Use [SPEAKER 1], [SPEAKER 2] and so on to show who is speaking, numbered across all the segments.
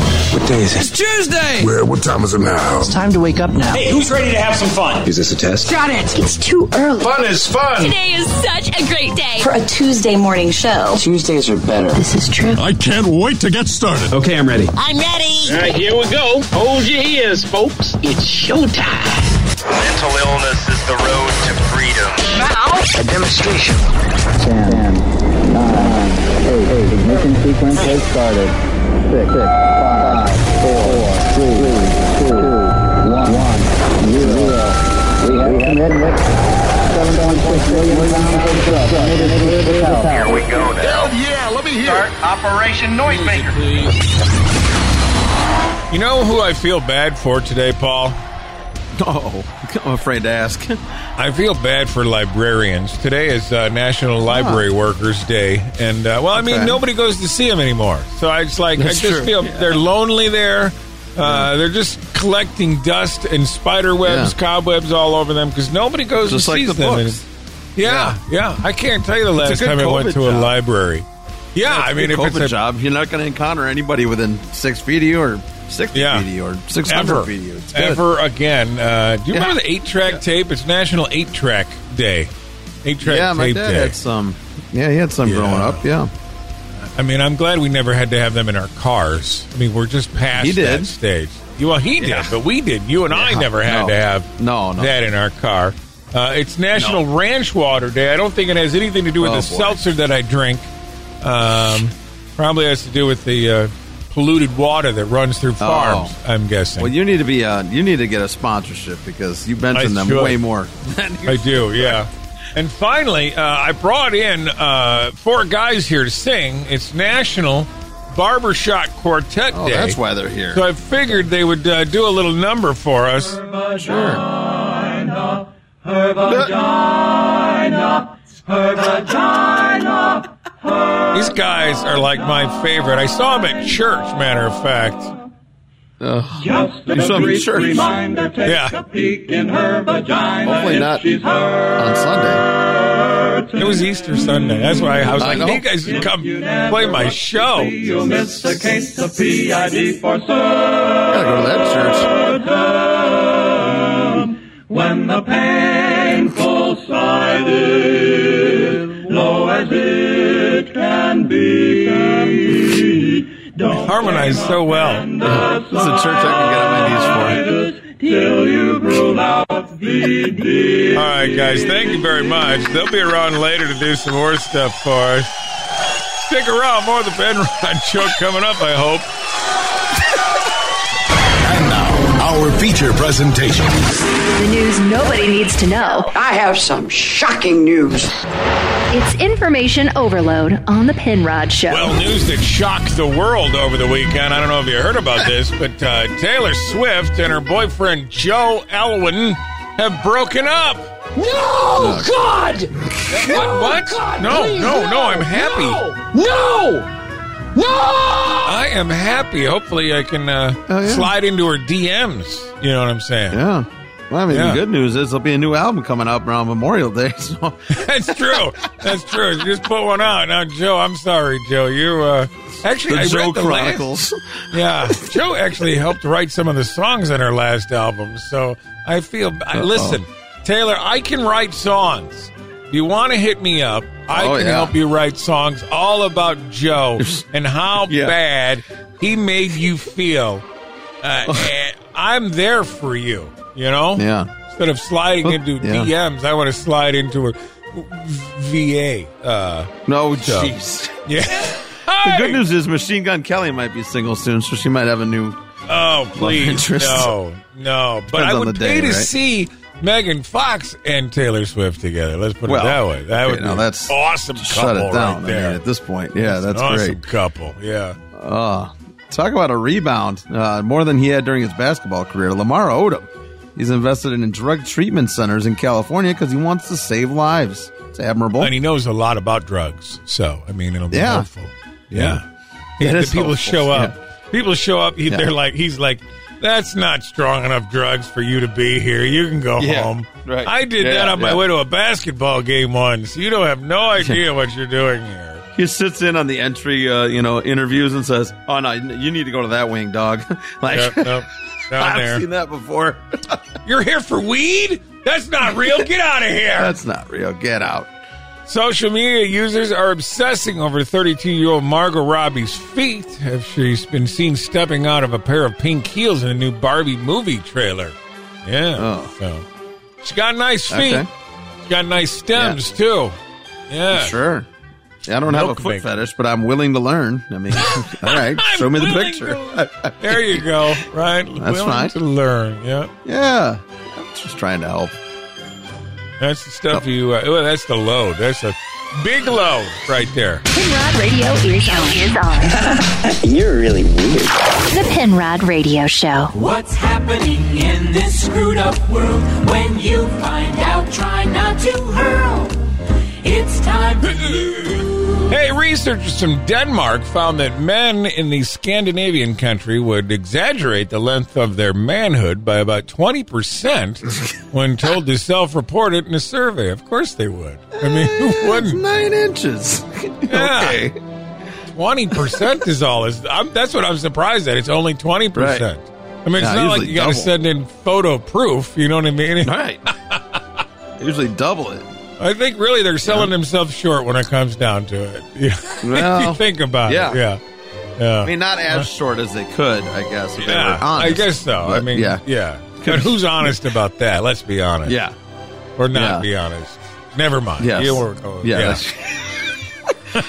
[SPEAKER 1] is it?
[SPEAKER 2] It's Tuesday!
[SPEAKER 1] Where? What time is it now?
[SPEAKER 3] It's time to wake up now.
[SPEAKER 4] Hey, who's ready to have some fun?
[SPEAKER 1] Is this a test?
[SPEAKER 5] Got it. It's too early.
[SPEAKER 1] Fun is fun.
[SPEAKER 6] Today is such a great day.
[SPEAKER 5] For a Tuesday morning show.
[SPEAKER 3] Tuesdays are better.
[SPEAKER 5] This is true.
[SPEAKER 7] I can't wait to get started.
[SPEAKER 1] Okay, I'm ready.
[SPEAKER 6] I'm ready.
[SPEAKER 8] All right, here we go. Hold your ears, folks. It's showtime.
[SPEAKER 9] Mental illness is the road to freedom.
[SPEAKER 6] Now,
[SPEAKER 3] A demonstration. 10, 9, 8, ignition sequence has started. 6, 5, 4, 3, 2, 1, 0. We have commitment. 7.6 million pounds of drugs committed to the South.
[SPEAKER 9] Here we go now.
[SPEAKER 1] Yeah, let me
[SPEAKER 9] Start Operation Noisemaker.
[SPEAKER 10] You know who I feel bad for today, Paul?
[SPEAKER 11] Oh, I'm afraid to ask.
[SPEAKER 10] I feel bad for librarians. Today is uh, National Library Workers Day, and uh, well, I mean,
[SPEAKER 11] Okay.
[SPEAKER 10] nobody goes to see them anymore. So I just like,
[SPEAKER 11] That's
[SPEAKER 10] I just
[SPEAKER 11] true.
[SPEAKER 10] feel they're lonely there. Uh, they're just collecting dust and spider webs,
[SPEAKER 11] Yeah.
[SPEAKER 10] cobwebs all over them because nobody goes
[SPEAKER 11] Just
[SPEAKER 10] and
[SPEAKER 11] like
[SPEAKER 10] sees
[SPEAKER 11] the
[SPEAKER 10] them. And-
[SPEAKER 11] books.
[SPEAKER 10] yeah, yeah, I can't tell you the
[SPEAKER 11] a
[SPEAKER 10] last
[SPEAKER 11] good
[SPEAKER 10] time I went
[SPEAKER 11] COVID
[SPEAKER 10] to a
[SPEAKER 11] job.
[SPEAKER 10] library. Yeah, I mean, if
[SPEAKER 11] COVID
[SPEAKER 10] it's a
[SPEAKER 11] job, you're not going to encounter anybody within six feet of you or sixty
[SPEAKER 10] Yeah.
[SPEAKER 11] feet of you or six
[SPEAKER 10] ever,
[SPEAKER 11] hundred feet of you. It's good.
[SPEAKER 10] ever again. Uh, do you
[SPEAKER 11] Yeah.
[SPEAKER 10] remember the eight track tape? It's National Eight Track Day. Eight track
[SPEAKER 11] Yeah,
[SPEAKER 10] tape
[SPEAKER 11] my dad
[SPEAKER 10] day.
[SPEAKER 11] had some. Yeah, he had some
[SPEAKER 10] Yeah.
[SPEAKER 11] growing up. Yeah,
[SPEAKER 10] I mean, I'm glad we never had to have them in our cars. I mean, we're just past
[SPEAKER 11] He did.
[SPEAKER 10] that stage. Well, he did,
[SPEAKER 11] Yeah.
[SPEAKER 10] but we did. You and I
[SPEAKER 11] Yeah.
[SPEAKER 10] never had
[SPEAKER 11] No.
[SPEAKER 10] to have
[SPEAKER 11] No, no.
[SPEAKER 10] that in our car. Uh, it's National Ranch Water Day. I don't think it has anything to do with
[SPEAKER 11] Oh,
[SPEAKER 10] the
[SPEAKER 11] boy.
[SPEAKER 10] seltzer that I drink. Um, probably has to do with the uh, polluted water that runs through
[SPEAKER 11] Oh.
[SPEAKER 10] farms. I'm guessing.
[SPEAKER 11] Well, you need to be. Uh, you need to get a sponsorship because you mentioned
[SPEAKER 10] I
[SPEAKER 11] them
[SPEAKER 10] should.
[SPEAKER 11] way more.
[SPEAKER 10] I do, yeah. And finally, uh, I brought in uh, four guys here to sing. It's National Barbershop Quartet
[SPEAKER 11] Oh,
[SPEAKER 10] Day.
[SPEAKER 11] that's why they're here.
[SPEAKER 10] So I figured they would uh, do a little number for us.
[SPEAKER 11] Sure.
[SPEAKER 10] These guys are like my favorite. I saw them at church, matter of fact.
[SPEAKER 11] You saw me at church.
[SPEAKER 10] Yeah,
[SPEAKER 11] Hopefully not on Sunday.
[SPEAKER 10] it was Easter Sunday. That's why I was
[SPEAKER 11] I
[SPEAKER 10] like,
[SPEAKER 11] know.
[SPEAKER 10] you guys should come play my show.
[SPEAKER 11] Gotta go to that church.
[SPEAKER 10] Harmonized so well.
[SPEAKER 11] This is a church I can get on my knees for.
[SPEAKER 10] All right, guys, thank you very much. They'll be around later to do some more stuff for us. Stick around, more of the Ben Rod Show coming up, I hope.
[SPEAKER 7] And now, our feature presentation.
[SPEAKER 5] The news nobody needs to know.
[SPEAKER 3] I have some shocking news.
[SPEAKER 5] It's information overload on The Penrod Show.
[SPEAKER 10] Well, news that shocked the world over the weekend. I don't know if you heard about this, but uh, Taylor Swift and her boyfriend Joe Alwyn have broken up.
[SPEAKER 2] No, God!
[SPEAKER 10] What? What? no,
[SPEAKER 2] please,
[SPEAKER 10] no, no, I'm happy.
[SPEAKER 2] No! No! No!
[SPEAKER 10] I am happy. Hopefully, I can uh,
[SPEAKER 11] Oh, yeah.
[SPEAKER 10] slide into her DMs. You know what I'm saying?
[SPEAKER 11] Yeah. Well, I mean,
[SPEAKER 10] Yeah.
[SPEAKER 11] the good news is there'll be a new album coming out around Memorial Day. So
[SPEAKER 10] That's true. That's true. You just put one out. Now, Joe, I'm sorry, Joe. You uh, actually I
[SPEAKER 11] the
[SPEAKER 10] read
[SPEAKER 11] Joe
[SPEAKER 10] the
[SPEAKER 11] Chronicles.
[SPEAKER 10] last- yeah, Joe actually helped write some of the songs in her last album. So I feel. I, listen, Taylor, I can write songs. If you want to hit me up, I
[SPEAKER 11] Oh,
[SPEAKER 10] can
[SPEAKER 11] yeah.
[SPEAKER 10] help you write songs all about Joe and how
[SPEAKER 11] Yeah.
[SPEAKER 10] bad he made you feel. Uh, and I'm there for you. You know.
[SPEAKER 11] Yeah.
[SPEAKER 10] Instead of sliding
[SPEAKER 11] Well,
[SPEAKER 10] into
[SPEAKER 11] yeah.
[SPEAKER 10] DMs, I want to slide into a VA. Uh,
[SPEAKER 11] No,
[SPEAKER 10] So-
[SPEAKER 11] jeez.
[SPEAKER 10] yeah.
[SPEAKER 11] The
[SPEAKER 10] Hi!
[SPEAKER 11] good news is Machine Gun Kelly might be single soon, so she might have a new.
[SPEAKER 10] Oh, please.
[SPEAKER 11] interest.
[SPEAKER 10] No, no. But
[SPEAKER 11] Depends
[SPEAKER 10] I
[SPEAKER 11] on
[SPEAKER 10] would
[SPEAKER 11] the day,
[SPEAKER 10] pay to
[SPEAKER 11] right?
[SPEAKER 10] see Megan Fox and Taylor Swift together. Let's put
[SPEAKER 11] Well,
[SPEAKER 10] it that way. That
[SPEAKER 11] okay,
[SPEAKER 10] would be
[SPEAKER 11] now
[SPEAKER 10] an
[SPEAKER 11] that's-
[SPEAKER 10] awesome couple
[SPEAKER 11] Shut it down.
[SPEAKER 10] right there.
[SPEAKER 11] I mean, at this point, yeah, that's
[SPEAKER 10] An awesome
[SPEAKER 11] great.
[SPEAKER 10] couple. Yeah.
[SPEAKER 11] Uh, talk about a rebound, uh, more than he had during his basketball career. Lamar Odom, he's invested in drug treatment centers in California because he wants to save lives. It's admirable.
[SPEAKER 10] And he knows a lot about drugs. So, I mean, it'll be
[SPEAKER 11] Yeah.
[SPEAKER 10] helpful. Yeah.
[SPEAKER 11] Yeah,
[SPEAKER 10] the
[SPEAKER 11] that's
[SPEAKER 10] people
[SPEAKER 11] helpful.
[SPEAKER 10] show up. People show up. He,
[SPEAKER 11] Yeah.
[SPEAKER 10] They're like, he's like, that's not strong enough drugs for you to be here. You can go
[SPEAKER 11] Yeah,
[SPEAKER 10] home.
[SPEAKER 11] right.
[SPEAKER 10] I did
[SPEAKER 11] Yeah,
[SPEAKER 10] that on my
[SPEAKER 11] yeah.
[SPEAKER 10] way to a basketball game once. You don't have no idea what you're doing here.
[SPEAKER 11] he sits in on the entry, uh, you know, interviews and says, "Oh no, you need to go to that wing, dog." like
[SPEAKER 10] Yep, nope. Down
[SPEAKER 11] I've
[SPEAKER 10] there.
[SPEAKER 11] seen that before.
[SPEAKER 10] You're here for weed? That's not real. Get out of here.
[SPEAKER 11] That's not real. Get out.
[SPEAKER 10] Social media users are obsessing over 32 year old Margot Robbie's feet as she's been seen stepping out of a pair of pink heels in a new Barbie movie trailer. Yeah.
[SPEAKER 11] Oh.
[SPEAKER 10] So she's got nice feet.
[SPEAKER 11] Okay.
[SPEAKER 10] She's got nice stems, too. Yeah.
[SPEAKER 11] Sure. Yeah, I don't have a
[SPEAKER 10] Milk
[SPEAKER 11] foot
[SPEAKER 10] maker.
[SPEAKER 11] fetish, but I'm willing to learn. I mean, all right,
[SPEAKER 10] I'm
[SPEAKER 11] show me the
[SPEAKER 10] willing
[SPEAKER 11] picture.
[SPEAKER 10] to- there you go. Right. Willing
[SPEAKER 11] fine.
[SPEAKER 10] to learn. Yeah.
[SPEAKER 11] yeah, I'm just trying to help.
[SPEAKER 10] That's the stuff you. Uh, well, that's the load. That's a big load right there.
[SPEAKER 5] Pinrod Radio is on. Is on.
[SPEAKER 3] You're really weird.
[SPEAKER 5] The Pinrod Radio Show.
[SPEAKER 4] What's happening in this screwed up world? When you find out, try not to hurl. It's time for you.
[SPEAKER 10] Hey, researchers from Denmark found that men in the Scandinavian country would exaggerate the length of their manhood by about 20% when told to self report it in a survey. Of course they would. I mean, who
[SPEAKER 11] It's
[SPEAKER 10] wouldn't?
[SPEAKER 11] nine inches.
[SPEAKER 10] Yeah.
[SPEAKER 11] okay.
[SPEAKER 10] 20% is all. Is, I'm, that's what I'm surprised at. It's only 20%. I mean, it's
[SPEAKER 11] Yeah,
[SPEAKER 10] not like
[SPEAKER 11] usually
[SPEAKER 10] you got to
[SPEAKER 11] double.
[SPEAKER 10] send in photo proof. You know what I mean?
[SPEAKER 11] All right. Usually double it.
[SPEAKER 10] I think really they're selling themselves short when it comes down to it. Yeah. if
[SPEAKER 11] Well,
[SPEAKER 10] you think about
[SPEAKER 11] yeah.
[SPEAKER 10] it. Yeah. Yeah.
[SPEAKER 11] I mean, not as short as they could, I guess. If they were
[SPEAKER 10] Yeah, I
[SPEAKER 11] honest.
[SPEAKER 10] guess so. I
[SPEAKER 11] But,
[SPEAKER 10] mean, yeah,
[SPEAKER 11] yeah,
[SPEAKER 10] yeah. But who's honest about that? Let's be honest.
[SPEAKER 11] yeah,
[SPEAKER 10] or not
[SPEAKER 11] Yeah.
[SPEAKER 10] be honest. Never mind.
[SPEAKER 11] yes.
[SPEAKER 10] You were going-
[SPEAKER 11] yeah.
[SPEAKER 10] yeah.
[SPEAKER 11] that's-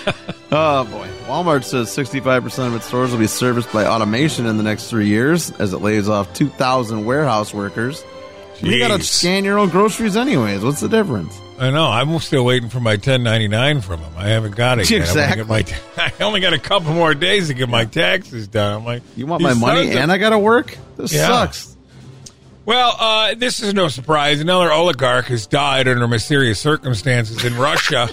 [SPEAKER 11] oh boy, Walmart says 65 percent of its stores will be serviced by automation in the next three years as it lays off 2,000 warehouse workers. You got to
[SPEAKER 10] Jeez.
[SPEAKER 11] scan your own groceries, anyways. What's the difference?
[SPEAKER 10] I know. I'm still waiting for my 1099 from him. I haven't got it yet.
[SPEAKER 11] Exactly.
[SPEAKER 10] I, wanna get my, I only got a couple more days to get my taxes done. I'm like,
[SPEAKER 11] You want
[SPEAKER 10] these
[SPEAKER 11] my money
[SPEAKER 10] sons of-
[SPEAKER 11] and I got to work? This
[SPEAKER 10] Yeah.
[SPEAKER 11] sucks.
[SPEAKER 10] Well, uh, this is no surprise. Another oligarch has died under mysterious circumstances in Russia.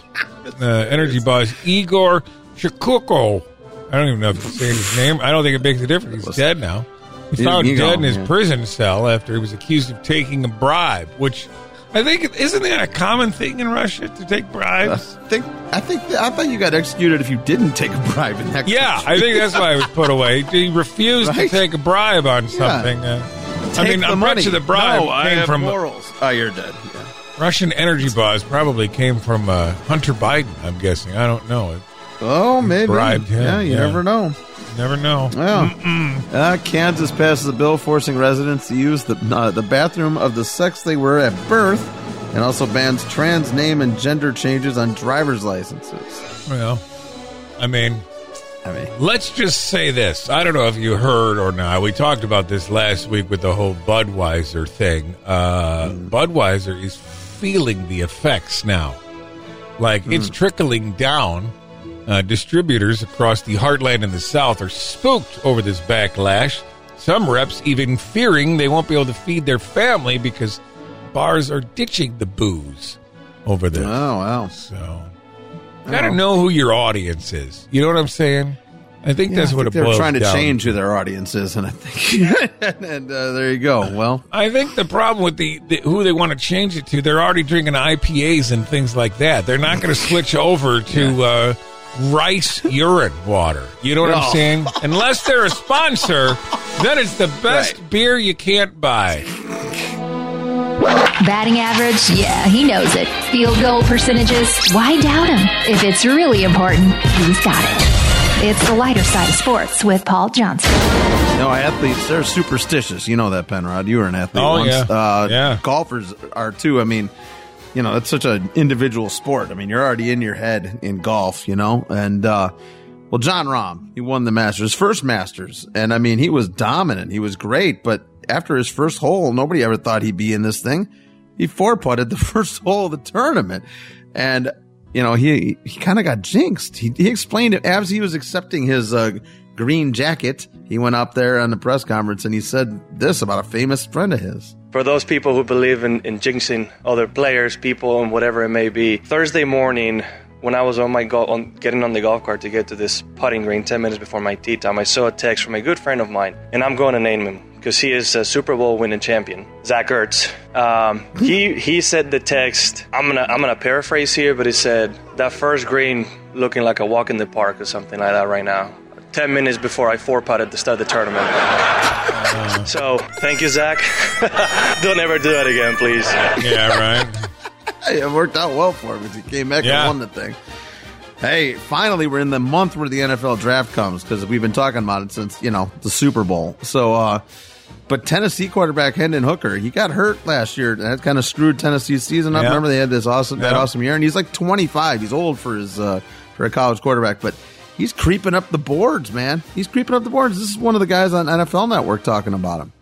[SPEAKER 10] uh, energy boss Igor Shikuko. I don't even know if you say his name. I don't think it makes a difference. He's dead now. He's
[SPEAKER 11] He's
[SPEAKER 10] found
[SPEAKER 11] Igor,
[SPEAKER 10] dead in his
[SPEAKER 11] yeah.
[SPEAKER 10] prison cell after he was accused of taking a bribe, which I think isn't that a common thing in Russia to take
[SPEAKER 11] I
[SPEAKER 10] bribes?
[SPEAKER 11] think I think I thought you got executed if you didn't take a bribe in that.
[SPEAKER 10] yeah,
[SPEAKER 11] country.
[SPEAKER 10] I think that's why he was put away. He refused to
[SPEAKER 11] Right?
[SPEAKER 10] take a bribe on something. Uh, I
[SPEAKER 11] Take
[SPEAKER 10] mean,
[SPEAKER 11] the
[SPEAKER 10] I'm
[SPEAKER 11] money.
[SPEAKER 10] pretty sure the bribe
[SPEAKER 11] No, I
[SPEAKER 10] came
[SPEAKER 11] have
[SPEAKER 10] from
[SPEAKER 11] morals. Oh, you're dead. Yeah.
[SPEAKER 10] Russian energy buzz probably came from uh, Hunter Biden. I'm guessing. I don't know.
[SPEAKER 11] Oh, maybe.
[SPEAKER 10] bribed him,
[SPEAKER 11] yeah, you
[SPEAKER 10] yeah.
[SPEAKER 11] never know.
[SPEAKER 10] Never know.
[SPEAKER 11] Well, uh, Kansas passes a bill forcing residents to use the uh, the bathroom of the sex they were at birth, and also bans trans name and gender changes on driver's licenses.
[SPEAKER 10] Well, I mean,
[SPEAKER 11] I mean, oh,
[SPEAKER 10] let's just say this. I don't know if you heard or not. We talked about this last week with the whole Budweiser thing. Uh, Budweiser is feeling the effects now. Like it's trickling down. Uh, distributors across the heartland and the South are spooked over this backlash. Some reps even fearing they won't be able to feed their family because bars are ditching the booze over
[SPEAKER 11] oh
[SPEAKER 10] this.
[SPEAKER 11] wow,
[SPEAKER 10] So, gotta
[SPEAKER 11] Oh.
[SPEAKER 10] know who your audience is. You know what I'm saying? I think
[SPEAKER 11] Yeah,
[SPEAKER 10] that's
[SPEAKER 11] I
[SPEAKER 10] what
[SPEAKER 11] think
[SPEAKER 10] it
[SPEAKER 11] they're
[SPEAKER 10] boils
[SPEAKER 11] trying to
[SPEAKER 10] down
[SPEAKER 11] change who their audience is, and I think, and uh, there you go. Well,
[SPEAKER 10] I think the problem with the, the who they want to change it to, they're already drinking IPAs and things like that. They're not going to switch over to uh, rice urine water. You know what
[SPEAKER 11] No.
[SPEAKER 10] I'm saying? Unless they're a sponsor, then it's the best beer you can't buy.
[SPEAKER 5] Batting average? Yeah, he knows it. Field goal percentages? Why doubt him? If it's really important, he's got it. It's the lighter side of sports with Paul Johnson.
[SPEAKER 11] No, athletes, they're superstitious. You know that, Penrod. You were an athlete
[SPEAKER 10] Oh,
[SPEAKER 11] once.
[SPEAKER 10] yeah.
[SPEAKER 11] Uh,
[SPEAKER 10] Yeah.
[SPEAKER 11] Golfers are too. I mean, you know, it's such an individual sport. I mean, you're already in your head in golf, you know? And, uh, well, John Rahm, he won the Masters, first Masters. And I mean, he was dominant. He was great. But after his first hole, nobody ever thought he'd be in this thing. He four putted the first hole of the tournament. And, you know, he, he kind of got jinxed. He, he explained it as he was accepting his, uh, green jacket. He went up there on the press conference and he said this about a famous friend of his.
[SPEAKER 12] For those people who believe in, in jinxing other players, people, and whatever it may be, Thursday morning when I was on my golf, on getting on the golf cart to get to this putting green 10 minutes before my tee time, I saw a text from a good friend of mine, and I'm going to name him because he is a Super Bowl winning champion, Zach Ertz. Um, he he said the text. I'm gonna I'm gonna paraphrase here, but he said that first green looking like a walk in the park or something like that right now. 10 minutes before I four putted to start the tournament. so, thank you, Zach. Don't ever do that again, please.
[SPEAKER 10] Yeah, right.
[SPEAKER 11] Hey, it worked out well for him because he came back
[SPEAKER 10] Yeah.
[SPEAKER 11] and won the thing. Hey, finally, we're in the month where the NFL draft comes because we've been talking about it since, you know, the Super Bowl. So, uh, but Tennessee quarterback Hendon Hooker, he got hurt last year. and That kind of screwed Tennessee's season up.
[SPEAKER 13] Yeah.
[SPEAKER 11] Remember, they had this awesome, that
[SPEAKER 13] Yeah.
[SPEAKER 11] awesome year, and he's like 25. He's old for his, uh, for a college quarterback, but he's creeping up the boards, man. He's creeping up the boards. This is one of the guys on NFL Network talking about him.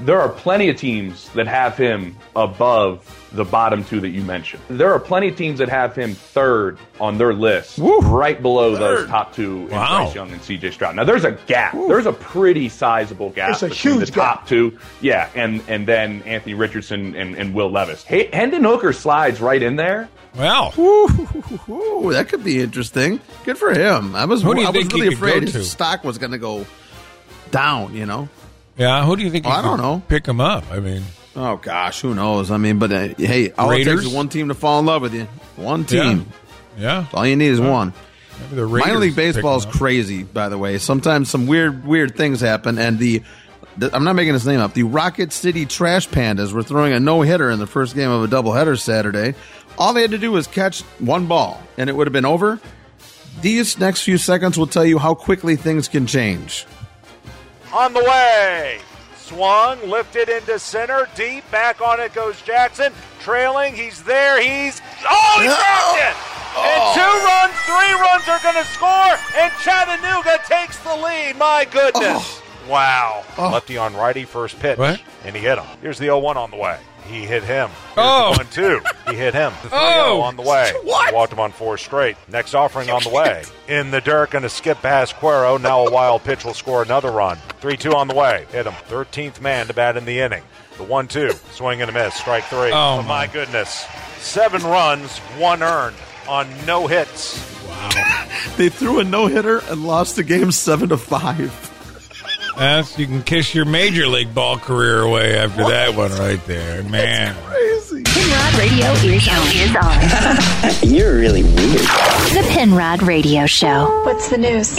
[SPEAKER 14] There are plenty of teams that have him above the bottom two that you mentioned. There are plenty of teams that have him third on their list, right below those top two in
[SPEAKER 10] Wow.
[SPEAKER 14] Bryce Young and CJ Stroud. Now there's a gap. There's a pretty sizable gap
[SPEAKER 15] It's a
[SPEAKER 14] between
[SPEAKER 15] huge
[SPEAKER 14] the top two. Yeah, and and then Anthony Richardson and, and Will Levis. Hey, Hendon Hooker slides right in there.
[SPEAKER 10] Wow.
[SPEAKER 11] Ooh, that could be interesting. Good for him. I was,
[SPEAKER 10] Who do you
[SPEAKER 11] I was
[SPEAKER 10] think he
[SPEAKER 11] really
[SPEAKER 10] could go
[SPEAKER 11] afraid
[SPEAKER 10] to?
[SPEAKER 11] his stock was going to go down, you know?
[SPEAKER 10] Yeah, who do you think?
[SPEAKER 11] Well, I don't
[SPEAKER 10] know. Pick him up. I mean,
[SPEAKER 11] Oh, gosh, who knows? I mean, but uh, hey, all it takes
[SPEAKER 10] Raiders?
[SPEAKER 11] is one team to fall in love with you. One team.
[SPEAKER 10] Yeah.
[SPEAKER 11] All you need is one.
[SPEAKER 10] maybe the Raiders
[SPEAKER 11] Minor league
[SPEAKER 10] pick
[SPEAKER 11] baseball is
[SPEAKER 10] him up.
[SPEAKER 11] crazy, by the way. Sometimes some weird, weird things happen, and the, the I'm not making his name up. The Rocket City Trash Pandas were throwing a no hitter in the first game of a doubleheader Saturday. All they had to do was catch one ball, and it would have been over. These next few seconds will tell you how quickly things can change.
[SPEAKER 16] on the way. Swung, lifted into center, deep, back on it goes Jackson. Trailing, he's there, he's. Oh, he dropped it! And two runs, three runs are going to score, and Chattanooga takes the lead. My goodness. Wow. Lefty on righty, first pitch. And he hit him. Here's the 0 1 on the way. He hit him. Here's
[SPEAKER 10] Oh.
[SPEAKER 16] The 1 2. He hit him. The 3 0
[SPEAKER 10] Oh.
[SPEAKER 16] on the way. What? Walked him on four straight. Next offering on the way. In the dirt, going to skip past Cuero. Now a wild pitch will score another run. 3 2 on the way. Hit him. 13th man to bat in the inning. The 1 2. Swing and a miss. Strike three.
[SPEAKER 10] Oh,
[SPEAKER 16] But my goodness. Seven runs, one earned on no hits.
[SPEAKER 11] They threw a no hitter and lost the game seven to five.
[SPEAKER 10] That's you can kiss your major league ball career away after that one right there, man.
[SPEAKER 5] Pinrod Radio is on. Is on.
[SPEAKER 10] You're really weird.
[SPEAKER 5] the Pinrod Radio Show. What's the news?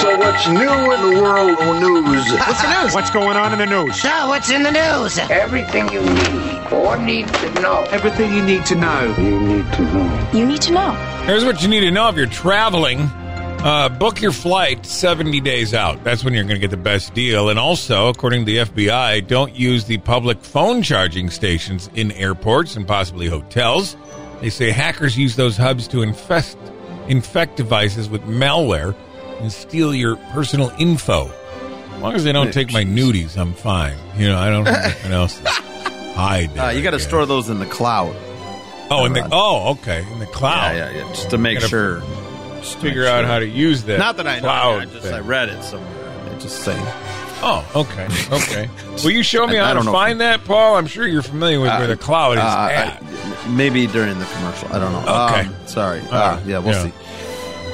[SPEAKER 17] So what's new in the world of news? What's the news? What's going on in the news?
[SPEAKER 18] So, what's in the news?
[SPEAKER 17] Everything you need or need to know. Everything you need to know. You need to know.
[SPEAKER 5] You need to know.
[SPEAKER 10] Here's what you need to know if you're traveling. Uh, book your flight 70 days out. That's when you're going to get the best deal. And also, according to the FBI, don't use the public phone charging stations in airports and possibly hotels. They say hackers use those hubs to infest infect devices with malware and steal your personal info. As long as they don't take my nudies, I'm fine. You know, I don't have anything else to hide.
[SPEAKER 11] Uh, you got to store those in the cloud.
[SPEAKER 10] Oh, in the oh, okay, in the cloud.
[SPEAKER 11] Yeah, yeah, yeah. Just to make
[SPEAKER 10] Gotta
[SPEAKER 11] sure.
[SPEAKER 10] figure out how to use that.
[SPEAKER 11] Not that I know.
[SPEAKER 10] cloud
[SPEAKER 11] I just
[SPEAKER 10] thing.
[SPEAKER 11] I read it somewhere. I just saying.
[SPEAKER 10] Oh, okay, okay. Will you show me
[SPEAKER 11] I- I
[SPEAKER 10] how
[SPEAKER 11] don't
[SPEAKER 10] to
[SPEAKER 11] know.
[SPEAKER 10] find that, Paul? I'm sure you're familiar with where the cloud is
[SPEAKER 11] Uh, I-
[SPEAKER 10] at.
[SPEAKER 11] maybe during the commercial. I don't know.
[SPEAKER 10] Okay.
[SPEAKER 11] Um, sorry.
[SPEAKER 10] All
[SPEAKER 11] Uh,
[SPEAKER 10] right.
[SPEAKER 11] yeah, we'll
[SPEAKER 10] Yeah.
[SPEAKER 11] see.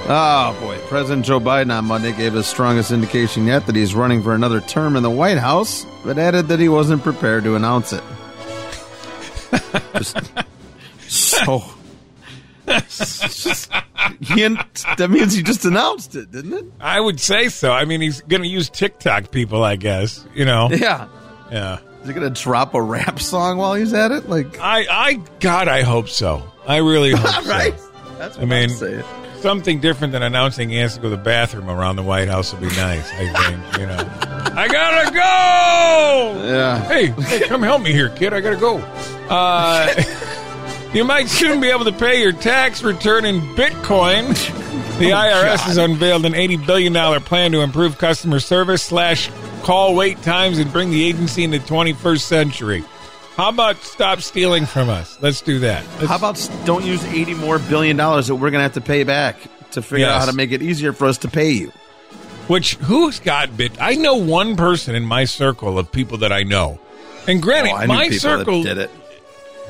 [SPEAKER 11] Oh boy, President Joe Biden on Monday gave his strongest indication yet that he's running for another term in the White House, but added that he wasn't prepared to announce it. Just so. just- you- that means you just announced it, didn't it?
[SPEAKER 10] I would say so. I mean, he's going to use TikTok people, I guess. You know?
[SPEAKER 11] Yeah.
[SPEAKER 10] Yeah.
[SPEAKER 11] Is he going to drop a rap song while he's at it? Like,
[SPEAKER 10] I, I, God, I hope so. I really hope
[SPEAKER 11] right?
[SPEAKER 10] so.
[SPEAKER 11] That's
[SPEAKER 10] I mean,
[SPEAKER 11] saying.
[SPEAKER 10] something different than announcing he has to go to the bathroom around the White House would be nice. I think. You know, I gotta go.
[SPEAKER 11] Yeah.
[SPEAKER 10] Hey, hey, come help me here, kid. I gotta go. Uh, you might soon be able to pay your tax return in Bitcoin. The
[SPEAKER 19] Oh,
[SPEAKER 10] IRS
[SPEAKER 19] God.
[SPEAKER 10] has unveiled an eighty billion dollar plan to improve customer service slash call wait times and bring the agency into twenty first century. How about stop stealing from us? Let's do that.
[SPEAKER 11] How about s- don't use 80 more billion dollars that we're going to have to pay back to figure out
[SPEAKER 10] Yes.
[SPEAKER 11] how to make it easier for us to pay you?
[SPEAKER 10] Which who's got bit? I know one person in my circle of people that I know, and granted,
[SPEAKER 11] Oh, I knew
[SPEAKER 10] my
[SPEAKER 11] people that
[SPEAKER 10] circle
[SPEAKER 11] did it.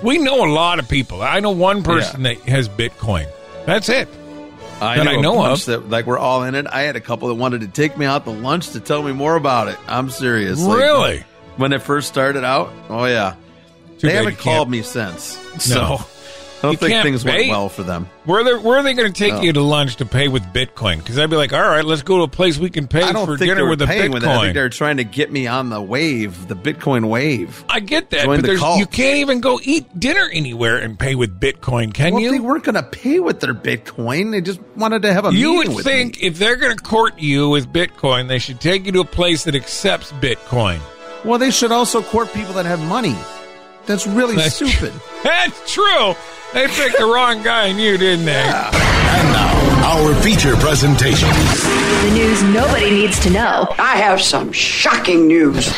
[SPEAKER 10] We know a lot of people. I know one person that has Bitcoin. That's it.
[SPEAKER 11] I
[SPEAKER 10] that
[SPEAKER 11] know
[SPEAKER 10] I
[SPEAKER 11] a
[SPEAKER 10] know
[SPEAKER 11] bunch
[SPEAKER 10] of.
[SPEAKER 11] that like we're all in it. I had a couple that wanted to take me out to lunch to tell me more about it. I'm serious. Like,
[SPEAKER 10] Really?
[SPEAKER 11] when it first started out? Oh yeah.
[SPEAKER 10] Too
[SPEAKER 11] they
[SPEAKER 10] bad
[SPEAKER 11] haven't
[SPEAKER 10] you
[SPEAKER 11] called
[SPEAKER 10] can't-
[SPEAKER 11] me since. So
[SPEAKER 10] No.
[SPEAKER 11] I don't
[SPEAKER 10] You
[SPEAKER 11] think
[SPEAKER 10] can't
[SPEAKER 11] things
[SPEAKER 10] pay.
[SPEAKER 11] went well for them.
[SPEAKER 10] Where they where are they going to take
[SPEAKER 11] No.
[SPEAKER 10] you to lunch to pay with Bitcoin? Because I'd be like, all right, let's go to a place we can pay
[SPEAKER 11] I don't
[SPEAKER 10] for
[SPEAKER 11] think they
[SPEAKER 10] dinner
[SPEAKER 11] were
[SPEAKER 10] with a
[SPEAKER 11] paying
[SPEAKER 10] Bitcoin.
[SPEAKER 11] with it. I think they're trying to get me on the wave, the Bitcoin wave.
[SPEAKER 10] I get that,
[SPEAKER 11] Join
[SPEAKER 10] but
[SPEAKER 11] the
[SPEAKER 10] there's,
[SPEAKER 11] cult.
[SPEAKER 10] you can't even go eat dinner anywhere and pay with Bitcoin, can
[SPEAKER 11] well,
[SPEAKER 10] you?
[SPEAKER 11] they weren't going to pay with their Bitcoin. They just wanted to have a
[SPEAKER 10] you
[SPEAKER 11] meeting
[SPEAKER 10] would
[SPEAKER 11] with
[SPEAKER 10] think if they're going to court you with Bitcoin, they should take you to a place that accepts Bitcoin.
[SPEAKER 11] me. Well, they should also court people that have money. That's really
[SPEAKER 10] That's tr-
[SPEAKER 11] stupid.
[SPEAKER 10] That's true. They picked the wrong guy and you, didn't they?
[SPEAKER 7] Our feature presentation.
[SPEAKER 5] The news nobody needs to know.
[SPEAKER 13] I have some shocking news.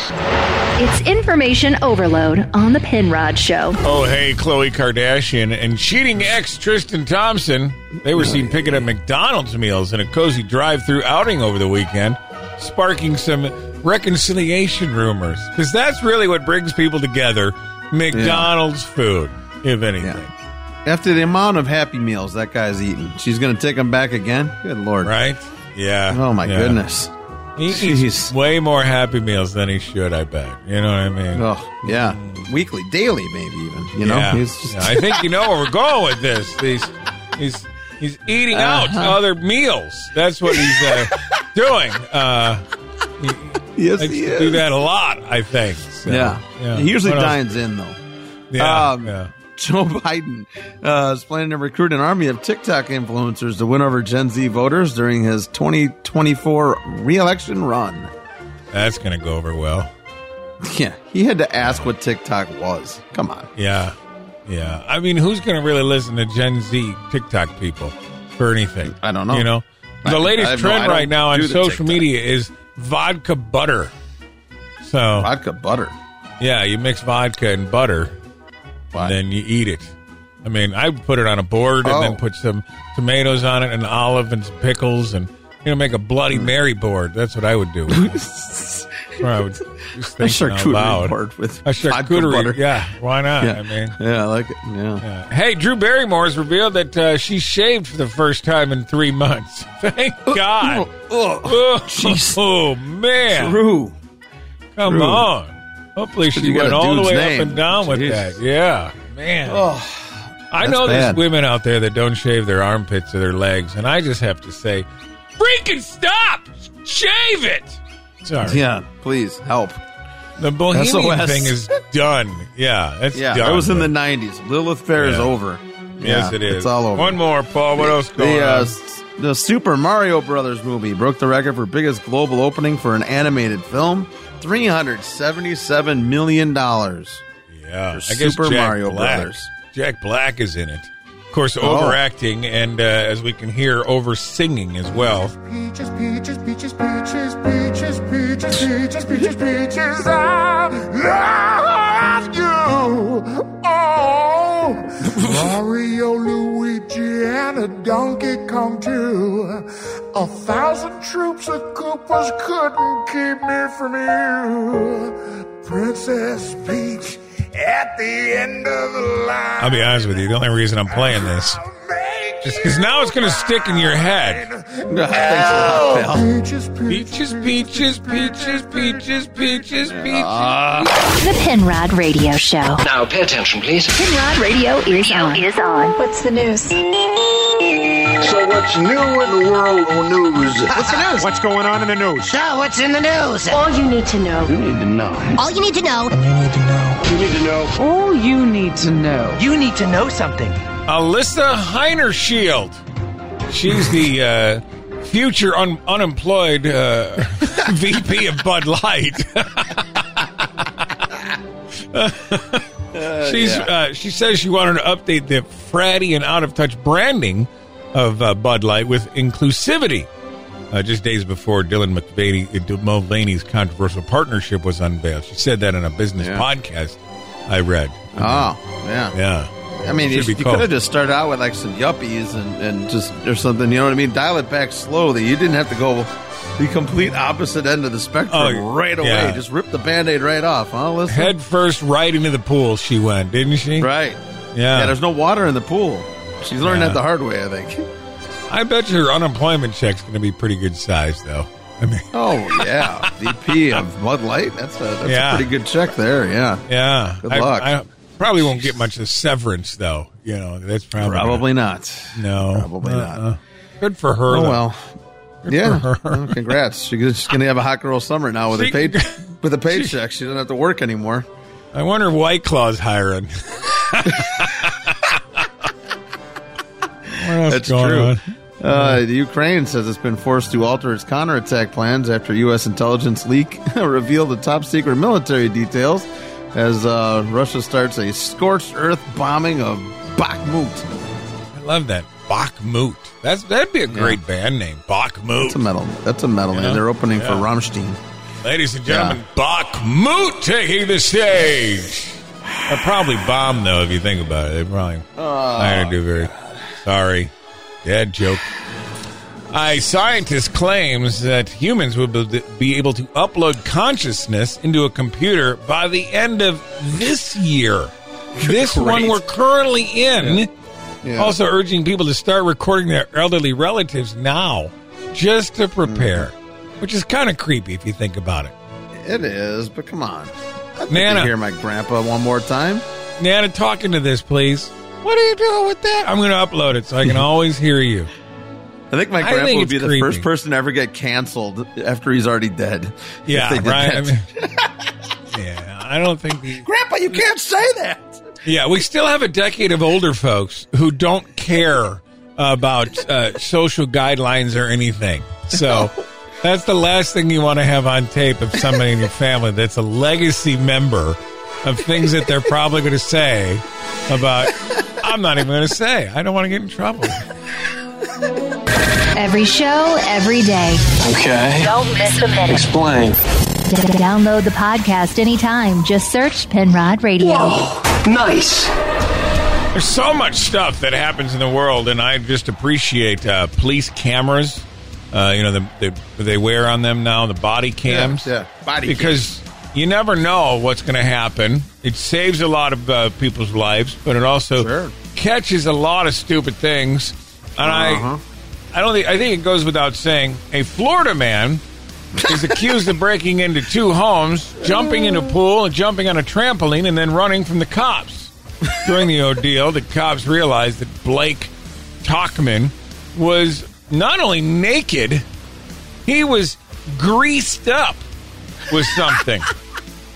[SPEAKER 5] It's information overload on The Penrod Show.
[SPEAKER 10] Oh, hey, Khloe Kardashian and cheating ex Tristan Thompson. They were seen picking up McDonald's meals in a cozy drive through outing over the weekend, sparking some reconciliation rumors. Because that's really what brings people together McDonald's food, if anything.
[SPEAKER 11] After the amount of Happy Meals that guy's eating, she's going to take them back again? Good Lord.
[SPEAKER 10] Right? Yeah.
[SPEAKER 11] Oh, my
[SPEAKER 10] Yeah.
[SPEAKER 11] goodness.
[SPEAKER 10] He eats way more Happy Meals than he should, I bet. You know what I mean?
[SPEAKER 11] Oh, yeah. Weekly, daily, maybe even. You know?
[SPEAKER 10] Yeah.
[SPEAKER 11] He's just-
[SPEAKER 10] Yeah, I think you know where we're going with this. He's he's he's eating out
[SPEAKER 11] Uh-huh.
[SPEAKER 10] other meals. That's what he's uh, doing. Uh, he
[SPEAKER 11] Yes,
[SPEAKER 10] likes
[SPEAKER 11] he
[SPEAKER 10] to
[SPEAKER 11] is.
[SPEAKER 10] do that a lot. I think. So,
[SPEAKER 11] yeah. He usually
[SPEAKER 10] What else?
[SPEAKER 11] dines in, though.
[SPEAKER 10] Yeah,
[SPEAKER 11] Um,
[SPEAKER 10] yeah.
[SPEAKER 11] Joe Biden uh, is planning to recruit an army of TikTok influencers to win over Gen Z voters during his 2024 reelection run.
[SPEAKER 10] That's gonna go over well.
[SPEAKER 11] Yeah. He had to ask what TikTok was. Come on.
[SPEAKER 10] Yeah, yeah. I mean, who's gonna really listen to Gen Z TikTok people for anything? I
[SPEAKER 11] don't know.
[SPEAKER 10] You know,
[SPEAKER 11] I-
[SPEAKER 10] the
[SPEAKER 11] I have
[SPEAKER 10] latest
[SPEAKER 11] no- I
[SPEAKER 10] trend
[SPEAKER 11] don't
[SPEAKER 10] right now on
[SPEAKER 11] do the
[SPEAKER 10] social
[SPEAKER 11] TikTok.
[SPEAKER 10] media is vodka butter. So
[SPEAKER 11] Vodka butter.
[SPEAKER 10] Yeah, you mix vodka and butter, and then you eat it. I mean, I put it on a board and
[SPEAKER 11] Oh.
[SPEAKER 10] then put some tomatoes on it, and olive and some pickles, and you know, make a
[SPEAKER 11] Mm.
[SPEAKER 10] Bloody Mary board. That's what I would do. or I would just
[SPEAKER 11] A
[SPEAKER 10] think out
[SPEAKER 11] charcuterie
[SPEAKER 10] loud.
[SPEAKER 11] board with
[SPEAKER 10] a
[SPEAKER 11] vodka
[SPEAKER 10] charcuterie.
[SPEAKER 11] butter.
[SPEAKER 10] Yeah, why not?
[SPEAKER 11] Yeah.
[SPEAKER 10] I mean, uh,
[SPEAKER 11] Yeah, I like it. Yeah.
[SPEAKER 10] hey, Drew Barrymore has revealed that uh, she shaved for the first time in three months. Thank God.
[SPEAKER 11] Oh,
[SPEAKER 10] oh man,
[SPEAKER 11] True.
[SPEAKER 10] Come
[SPEAKER 11] True.
[SPEAKER 10] on. Hopefully
[SPEAKER 11] But
[SPEAKER 10] she
[SPEAKER 11] you got
[SPEAKER 10] went
[SPEAKER 11] a
[SPEAKER 10] all the
[SPEAKER 11] dude's
[SPEAKER 10] way
[SPEAKER 11] name.
[SPEAKER 10] up and down with
[SPEAKER 11] Jesus.
[SPEAKER 10] that. Yeah. Man. I know there's
[SPEAKER 11] bad.
[SPEAKER 10] women out there that don't shave their armpits or their legs, and I just have to say, freaking stop! Shave it! Sorry.
[SPEAKER 11] Yeah, please help.
[SPEAKER 10] The Bohemian
[SPEAKER 11] SOS.
[SPEAKER 10] thing is done. Yeah, that's
[SPEAKER 11] Yeah,
[SPEAKER 10] done.
[SPEAKER 11] that was in the
[SPEAKER 10] but-
[SPEAKER 11] '90s. Lilith Fair is
[SPEAKER 10] Yeah.
[SPEAKER 11] over.
[SPEAKER 10] Yes,
[SPEAKER 11] Yeah,
[SPEAKER 10] it is.
[SPEAKER 11] It's all over.
[SPEAKER 10] One more, Paul. What else going
[SPEAKER 11] the, uh,
[SPEAKER 10] on?
[SPEAKER 11] s- the Super Mario Brothers movie broke the record for biggest global opening for an animated film, three hundred seventy-seven million dollars.
[SPEAKER 10] Yeah,
[SPEAKER 11] for
[SPEAKER 10] I guess
[SPEAKER 11] Super
[SPEAKER 10] Jack
[SPEAKER 11] Mario
[SPEAKER 10] Black.
[SPEAKER 11] Brothers.
[SPEAKER 10] Jack Black is in it. Of course,
[SPEAKER 11] Oh.
[SPEAKER 10] overacting and uh, as we can hear, over singing as well.
[SPEAKER 15] Peaches, peaches, peaches, peaches, peaches, peaches, peaches, peaches, peaches, I love you. Oh, Mario, Luigi, and a Donkey Kong too. A thousand troops of Koopas couldn't keep me from you. Princess Peach at the end of the line.
[SPEAKER 10] I'll be honest with you. The only reason I'm playing this is because now it's going to stick in your head.
[SPEAKER 15] Peaches,
[SPEAKER 10] Peaches, peaches, peaches, peaches, peaches, peaches.
[SPEAKER 5] The Penrod Radio Show.
[SPEAKER 18] Now pay attention, please.
[SPEAKER 5] Penrod Radio is on. Is on. What's the news?
[SPEAKER 17] So what's new in the world of news? What's the news? What's going on in the news?
[SPEAKER 19] So, what's in the news?
[SPEAKER 20] All you need to know.
[SPEAKER 17] You need to know.
[SPEAKER 19] All you need to know.
[SPEAKER 17] You need to know.
[SPEAKER 19] All you need to know. You need to know something.
[SPEAKER 10] Alyssa Heinershield. She's the uh, future un- unemployed uh, VP of Bud Light. She's uh, she says she wanted to update the fratty and out of touch branding of uh, Bud Light with inclusivity. Uh, just days before Dylan McVaney, Mulvaney's controversial partnership was unveiled, she said that in a business podcast I read.
[SPEAKER 11] Oh, yeah,
[SPEAKER 10] Yeah,
[SPEAKER 11] I mean, you,
[SPEAKER 10] Should be
[SPEAKER 11] you
[SPEAKER 10] called.
[SPEAKER 11] could have just started out with like some yuppies and, and just or something. You know what I mean? Dial it back slowly. You didn't have to go the complete opposite end of the spectrum
[SPEAKER 10] Oh,
[SPEAKER 11] right away.
[SPEAKER 10] yeah.
[SPEAKER 11] Just ripped the band aid right off, huh? Listen.
[SPEAKER 10] Head first right into the pool she went, didn't she?
[SPEAKER 11] Right.
[SPEAKER 10] Yeah.
[SPEAKER 11] Yeah, there's no water in the pool. She's learning
[SPEAKER 10] Yeah.
[SPEAKER 11] that the hard way, I think.
[SPEAKER 10] I bet your unemployment check's going to be pretty good size, though. I mean,
[SPEAKER 11] Oh, yeah. VP of Bud Light? That's a, that's
[SPEAKER 10] Yeah.
[SPEAKER 11] a pretty good check there, yeah.
[SPEAKER 10] yeah.
[SPEAKER 11] Good
[SPEAKER 10] I-
[SPEAKER 11] luck.
[SPEAKER 10] I probably won't get much of severance, though. You know, that's probably
[SPEAKER 11] Probably not.
[SPEAKER 10] Oh, No.
[SPEAKER 11] Probably not.
[SPEAKER 10] Uh-uh. Good for her.
[SPEAKER 11] Oh,
[SPEAKER 10] though.
[SPEAKER 11] well.
[SPEAKER 10] Good
[SPEAKER 11] yeah.
[SPEAKER 10] for her.
[SPEAKER 11] Well, congrats. She- She's going to have a hot girl summer now with
[SPEAKER 10] She-
[SPEAKER 11] a paid with a paycheck. She doesn't have to work anymore.
[SPEAKER 10] I wonder if White Claw's hiring. What else
[SPEAKER 11] That's
[SPEAKER 10] going
[SPEAKER 11] true.
[SPEAKER 10] on?
[SPEAKER 11] Uh, the Ukraine says it's been forced to alter its counterattack plans after U.S. intelligence leak revealed the top secret military details as uh, Russia starts a scorched earth bombing of Bakhmut.
[SPEAKER 10] I love that. Bakhmut. That's, that'd be a great band name. Bakhmut.
[SPEAKER 11] That's a metal. That's a metal.
[SPEAKER 10] You
[SPEAKER 11] name.
[SPEAKER 10] know?
[SPEAKER 11] They're opening for
[SPEAKER 10] Yeah.
[SPEAKER 11] Rammstein.
[SPEAKER 10] Ladies and gentlemen, Bakhmut taking the stage. They're probably bomb though, if you think about it. They probably
[SPEAKER 11] Ah.
[SPEAKER 10] I didn't do very. Sorry, dad joke. I scientist claims that humans will be- be able to upload consciousness into a computer by the end of this year. This one
[SPEAKER 11] Great.
[SPEAKER 10] we're currently in.
[SPEAKER 11] Yeah.
[SPEAKER 10] Also urging people to start recording their elderly relatives now, just to prepare,
[SPEAKER 11] Mm.
[SPEAKER 10] which is kind of creepy if you think about it.
[SPEAKER 11] It is, but come on. I think
[SPEAKER 10] Nana.
[SPEAKER 11] you hear my grandpa one more time.
[SPEAKER 10] Nana, talk into this, please. What are you doing with that? I'm going to upload it so I can always hear you.
[SPEAKER 11] I think my
[SPEAKER 10] I
[SPEAKER 11] grandpa
[SPEAKER 10] think
[SPEAKER 11] would be
[SPEAKER 10] it's
[SPEAKER 11] the
[SPEAKER 10] creepy.
[SPEAKER 11] first person to ever get canceled after he's already dead.
[SPEAKER 10] Yeah,
[SPEAKER 11] If they did
[SPEAKER 10] right. I
[SPEAKER 11] that.
[SPEAKER 10] mean, yeah, I don't think. We,
[SPEAKER 11] grandpa, you can't say that.
[SPEAKER 10] yeah, we still have a decade of older folks who don't care about uh, social guidelines or anything. So that's the last thing you want to have on tape of somebody in your family that's a legacy member of things that they're probably going to say about. I'm not even going to say. I don't want to get in trouble.
[SPEAKER 5] Every show, every day.
[SPEAKER 10] Okay.
[SPEAKER 5] Don't miss a minute.
[SPEAKER 10] Explain.
[SPEAKER 5] D- download the podcast anytime. Just search Penrod Radio. nice.
[SPEAKER 10] There's so much stuff that happens in the world, and I just appreciate uh, police cameras. Uh, you know, the, the, they wear on them now the body cams.
[SPEAKER 11] Yeah, yeah, body
[SPEAKER 10] because you never know what's going to happen. It saves a lot of uh, people's lives, but it also catches a lot of stupid things. And
[SPEAKER 11] Uh-huh.
[SPEAKER 10] I, I don't think I think it goes without saying a Florida man is accused of breaking into two homes, jumping in a pool, and jumping on a trampoline, and then running from the cops. During the ordeal, the cops realized that Blake Talkman was not only naked, he was greased up with something.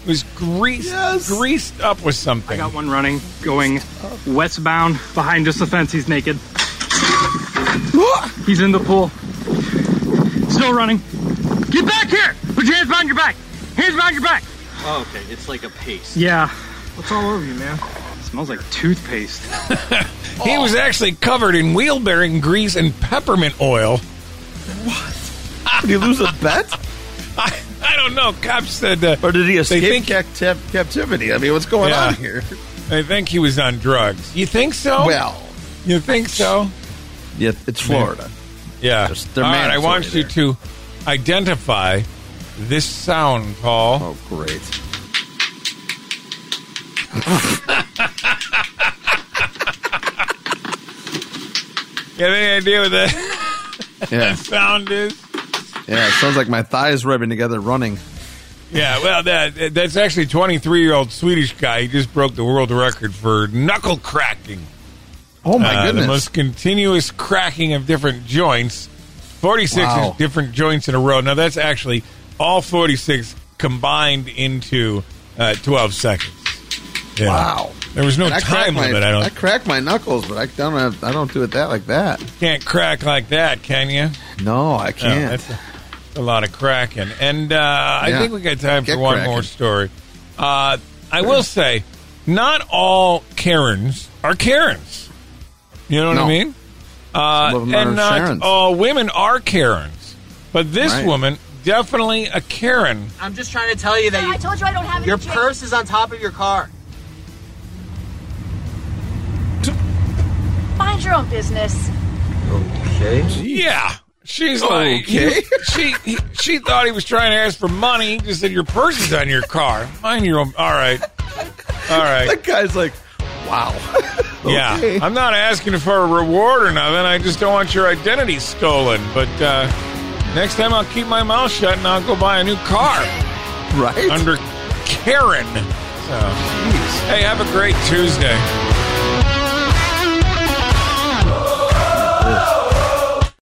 [SPEAKER 10] was greased greased up with something.
[SPEAKER 18] I got one running, going westbound behind just the fence. He's naked. He's in the pool. Still running. Get back here! Put your hands behind your back. Hands behind your back.
[SPEAKER 20] Oh, okay, it's like a paste.
[SPEAKER 18] Yeah. What's all over you, man? smells like toothpaste.
[SPEAKER 10] He was actually covered in wheel bearing grease and peppermint oil. What?
[SPEAKER 11] Did he lose a bet?
[SPEAKER 10] I, I don't know. Cops said, uh,
[SPEAKER 11] or did he escape
[SPEAKER 10] They think
[SPEAKER 11] capti- captivity? I mean, what's going
[SPEAKER 10] Yeah. Oh.
[SPEAKER 11] on here?
[SPEAKER 10] I think he was on drugs. You think so?
[SPEAKER 11] Well.
[SPEAKER 10] you think so?
[SPEAKER 11] Yeah, it's Florida.
[SPEAKER 10] Yeah.
[SPEAKER 11] they're
[SPEAKER 10] All right, I
[SPEAKER 11] mandatory
[SPEAKER 10] want you to identify this sound, Paul. Oh,
[SPEAKER 11] great.
[SPEAKER 10] you have any idea what that
[SPEAKER 11] Yeah,
[SPEAKER 10] sound is?
[SPEAKER 11] yeah. It sounds like my thighs rubbing together, running.
[SPEAKER 10] Yeah, well, that that's actually 23 year old Swedish guy. He just broke the world record for knuckle cracking.
[SPEAKER 11] Oh my
[SPEAKER 10] Uh,
[SPEAKER 11] goodness!
[SPEAKER 10] The most continuous cracking of different joints, 46
[SPEAKER 11] Wow.
[SPEAKER 10] different joints in a row. Now that's actually all 46 combined into uh, 12 seconds. Yeah.
[SPEAKER 11] Wow.
[SPEAKER 10] There was no
[SPEAKER 11] And I crack
[SPEAKER 10] time
[SPEAKER 11] my-
[SPEAKER 10] limit. I don't
[SPEAKER 11] I crack my knuckles, but I don't. Have, I don't do it that like that.
[SPEAKER 10] can't crack like that, can you?
[SPEAKER 11] No,
[SPEAKER 10] No,
[SPEAKER 11] I can't.
[SPEAKER 10] Oh, that's a, a lot of cracking. And uh, I
[SPEAKER 11] Yeah.
[SPEAKER 10] think we got time for
[SPEAKER 11] Get
[SPEAKER 10] one
[SPEAKER 11] cracking.
[SPEAKER 10] more story. Uh, I will say, not all Karens are Karens. You know what I
[SPEAKER 11] No.
[SPEAKER 10] mean? Uh,
[SPEAKER 11] Some of 'em
[SPEAKER 10] and
[SPEAKER 11] are
[SPEAKER 10] not
[SPEAKER 11] Sharons.
[SPEAKER 10] all women are Karens. But this
[SPEAKER 11] Right.
[SPEAKER 10] woman, definitely a Karen.
[SPEAKER 20] I'm just trying to tell you that you, I told you I don't have your purse is on top of your car.
[SPEAKER 21] Mind your own business.
[SPEAKER 20] Okay.
[SPEAKER 10] Yeah. She's like,
[SPEAKER 2] Okay.
[SPEAKER 10] she he- she thought he was trying to ask for money. He just said your purse is on your car. Mind your own. All right, all right. That
[SPEAKER 11] guy's like, wow.
[SPEAKER 10] Yeah,
[SPEAKER 2] Okay.
[SPEAKER 10] I'm not asking for a reward or nothing. I just don't want your identity stolen. But uh, next time I'll keep my mouth shut and I'll go buy a new car.
[SPEAKER 11] Right
[SPEAKER 10] under Karen. So, hey, have a great Tuesday.